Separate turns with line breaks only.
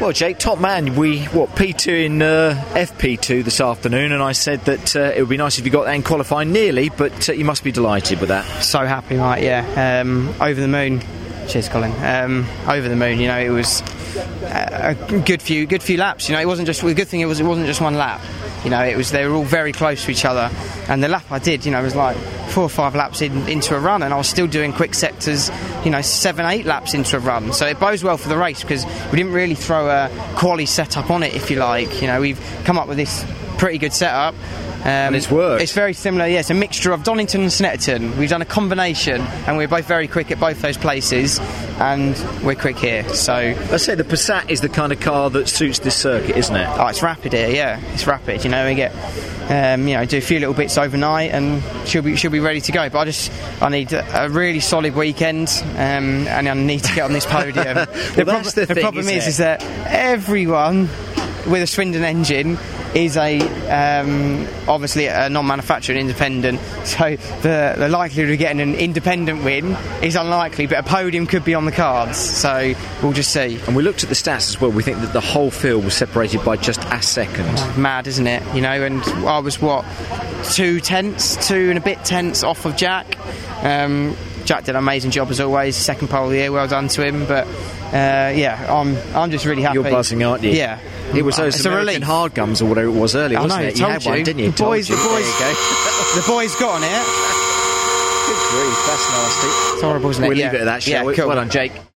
Well, Jake, top man, we what P2 in uh, FP2 this afternoon, and I said that uh, it would be nice if you got that in qualifying nearly, but uh, you must be delighted with that.
So happy, mate. Yeah, um, over the moon. Cheers, Colin. Um, over the moon. You know, it was a a good few, good few laps. You know, it wasn't just the good thing. It was, it wasn't just one lap. You know, it was they were all very close to each other, and the lap I did, you know, was like four or five laps in, into a run, and I was still doing quick sectors. You know, seven, eight laps into a run. So it bodes well for the race because we didn't really throw a quality setup on it, if you like. You know, we've come up with this pretty good setup. Um, and
it's worked.
It's very similar, yeah. It's a mixture of Donington and Snetterton. We've done a combination, and we're both very quick at both those places, and we're quick here. So
I say the Passat is the kind of car that suits this circuit, isn't it?
Oh, it's rapid here, yeah. It's rapid. You know, we get, um, you know, do a few little bits overnight, and she'll be she'll be ready to go. But I just I need a really solid weekend, um, and I need to get on this podium. the,
that's the thing,
problem
isn't
is,
it?
is that everyone with a Swindon engine is a um, obviously a non-manufacturer and independent, so the, the likelihood of getting an independent win is unlikely, but a podium could be on the cards. So we'll just see.
And we looked at the stats as well. We think that the whole field was separated by just a second.
mad, isn't it? You know, and I was what two tenths, two and a bit tenths off of Jack. Um, Jack did an amazing job as always. Second pole of the year, well done to him. But uh, yeah, I'm I'm just really happy.
You're buzzing, aren't you?
Yeah, Uh,
It was those
It's a
American
relief.
hard gums or whatever it was earlier,
I
wasn't
know,
it? You
told
had one,
you.
didn't you?
The boys-
Told you.
the boys-
There you go.
the boys got on it.
Good grief, that's nasty.
It's horrible, isn't it?
We'll
Yeah.
leave it at that, shall
Yeah,
we?
cool.
Well done, Jake.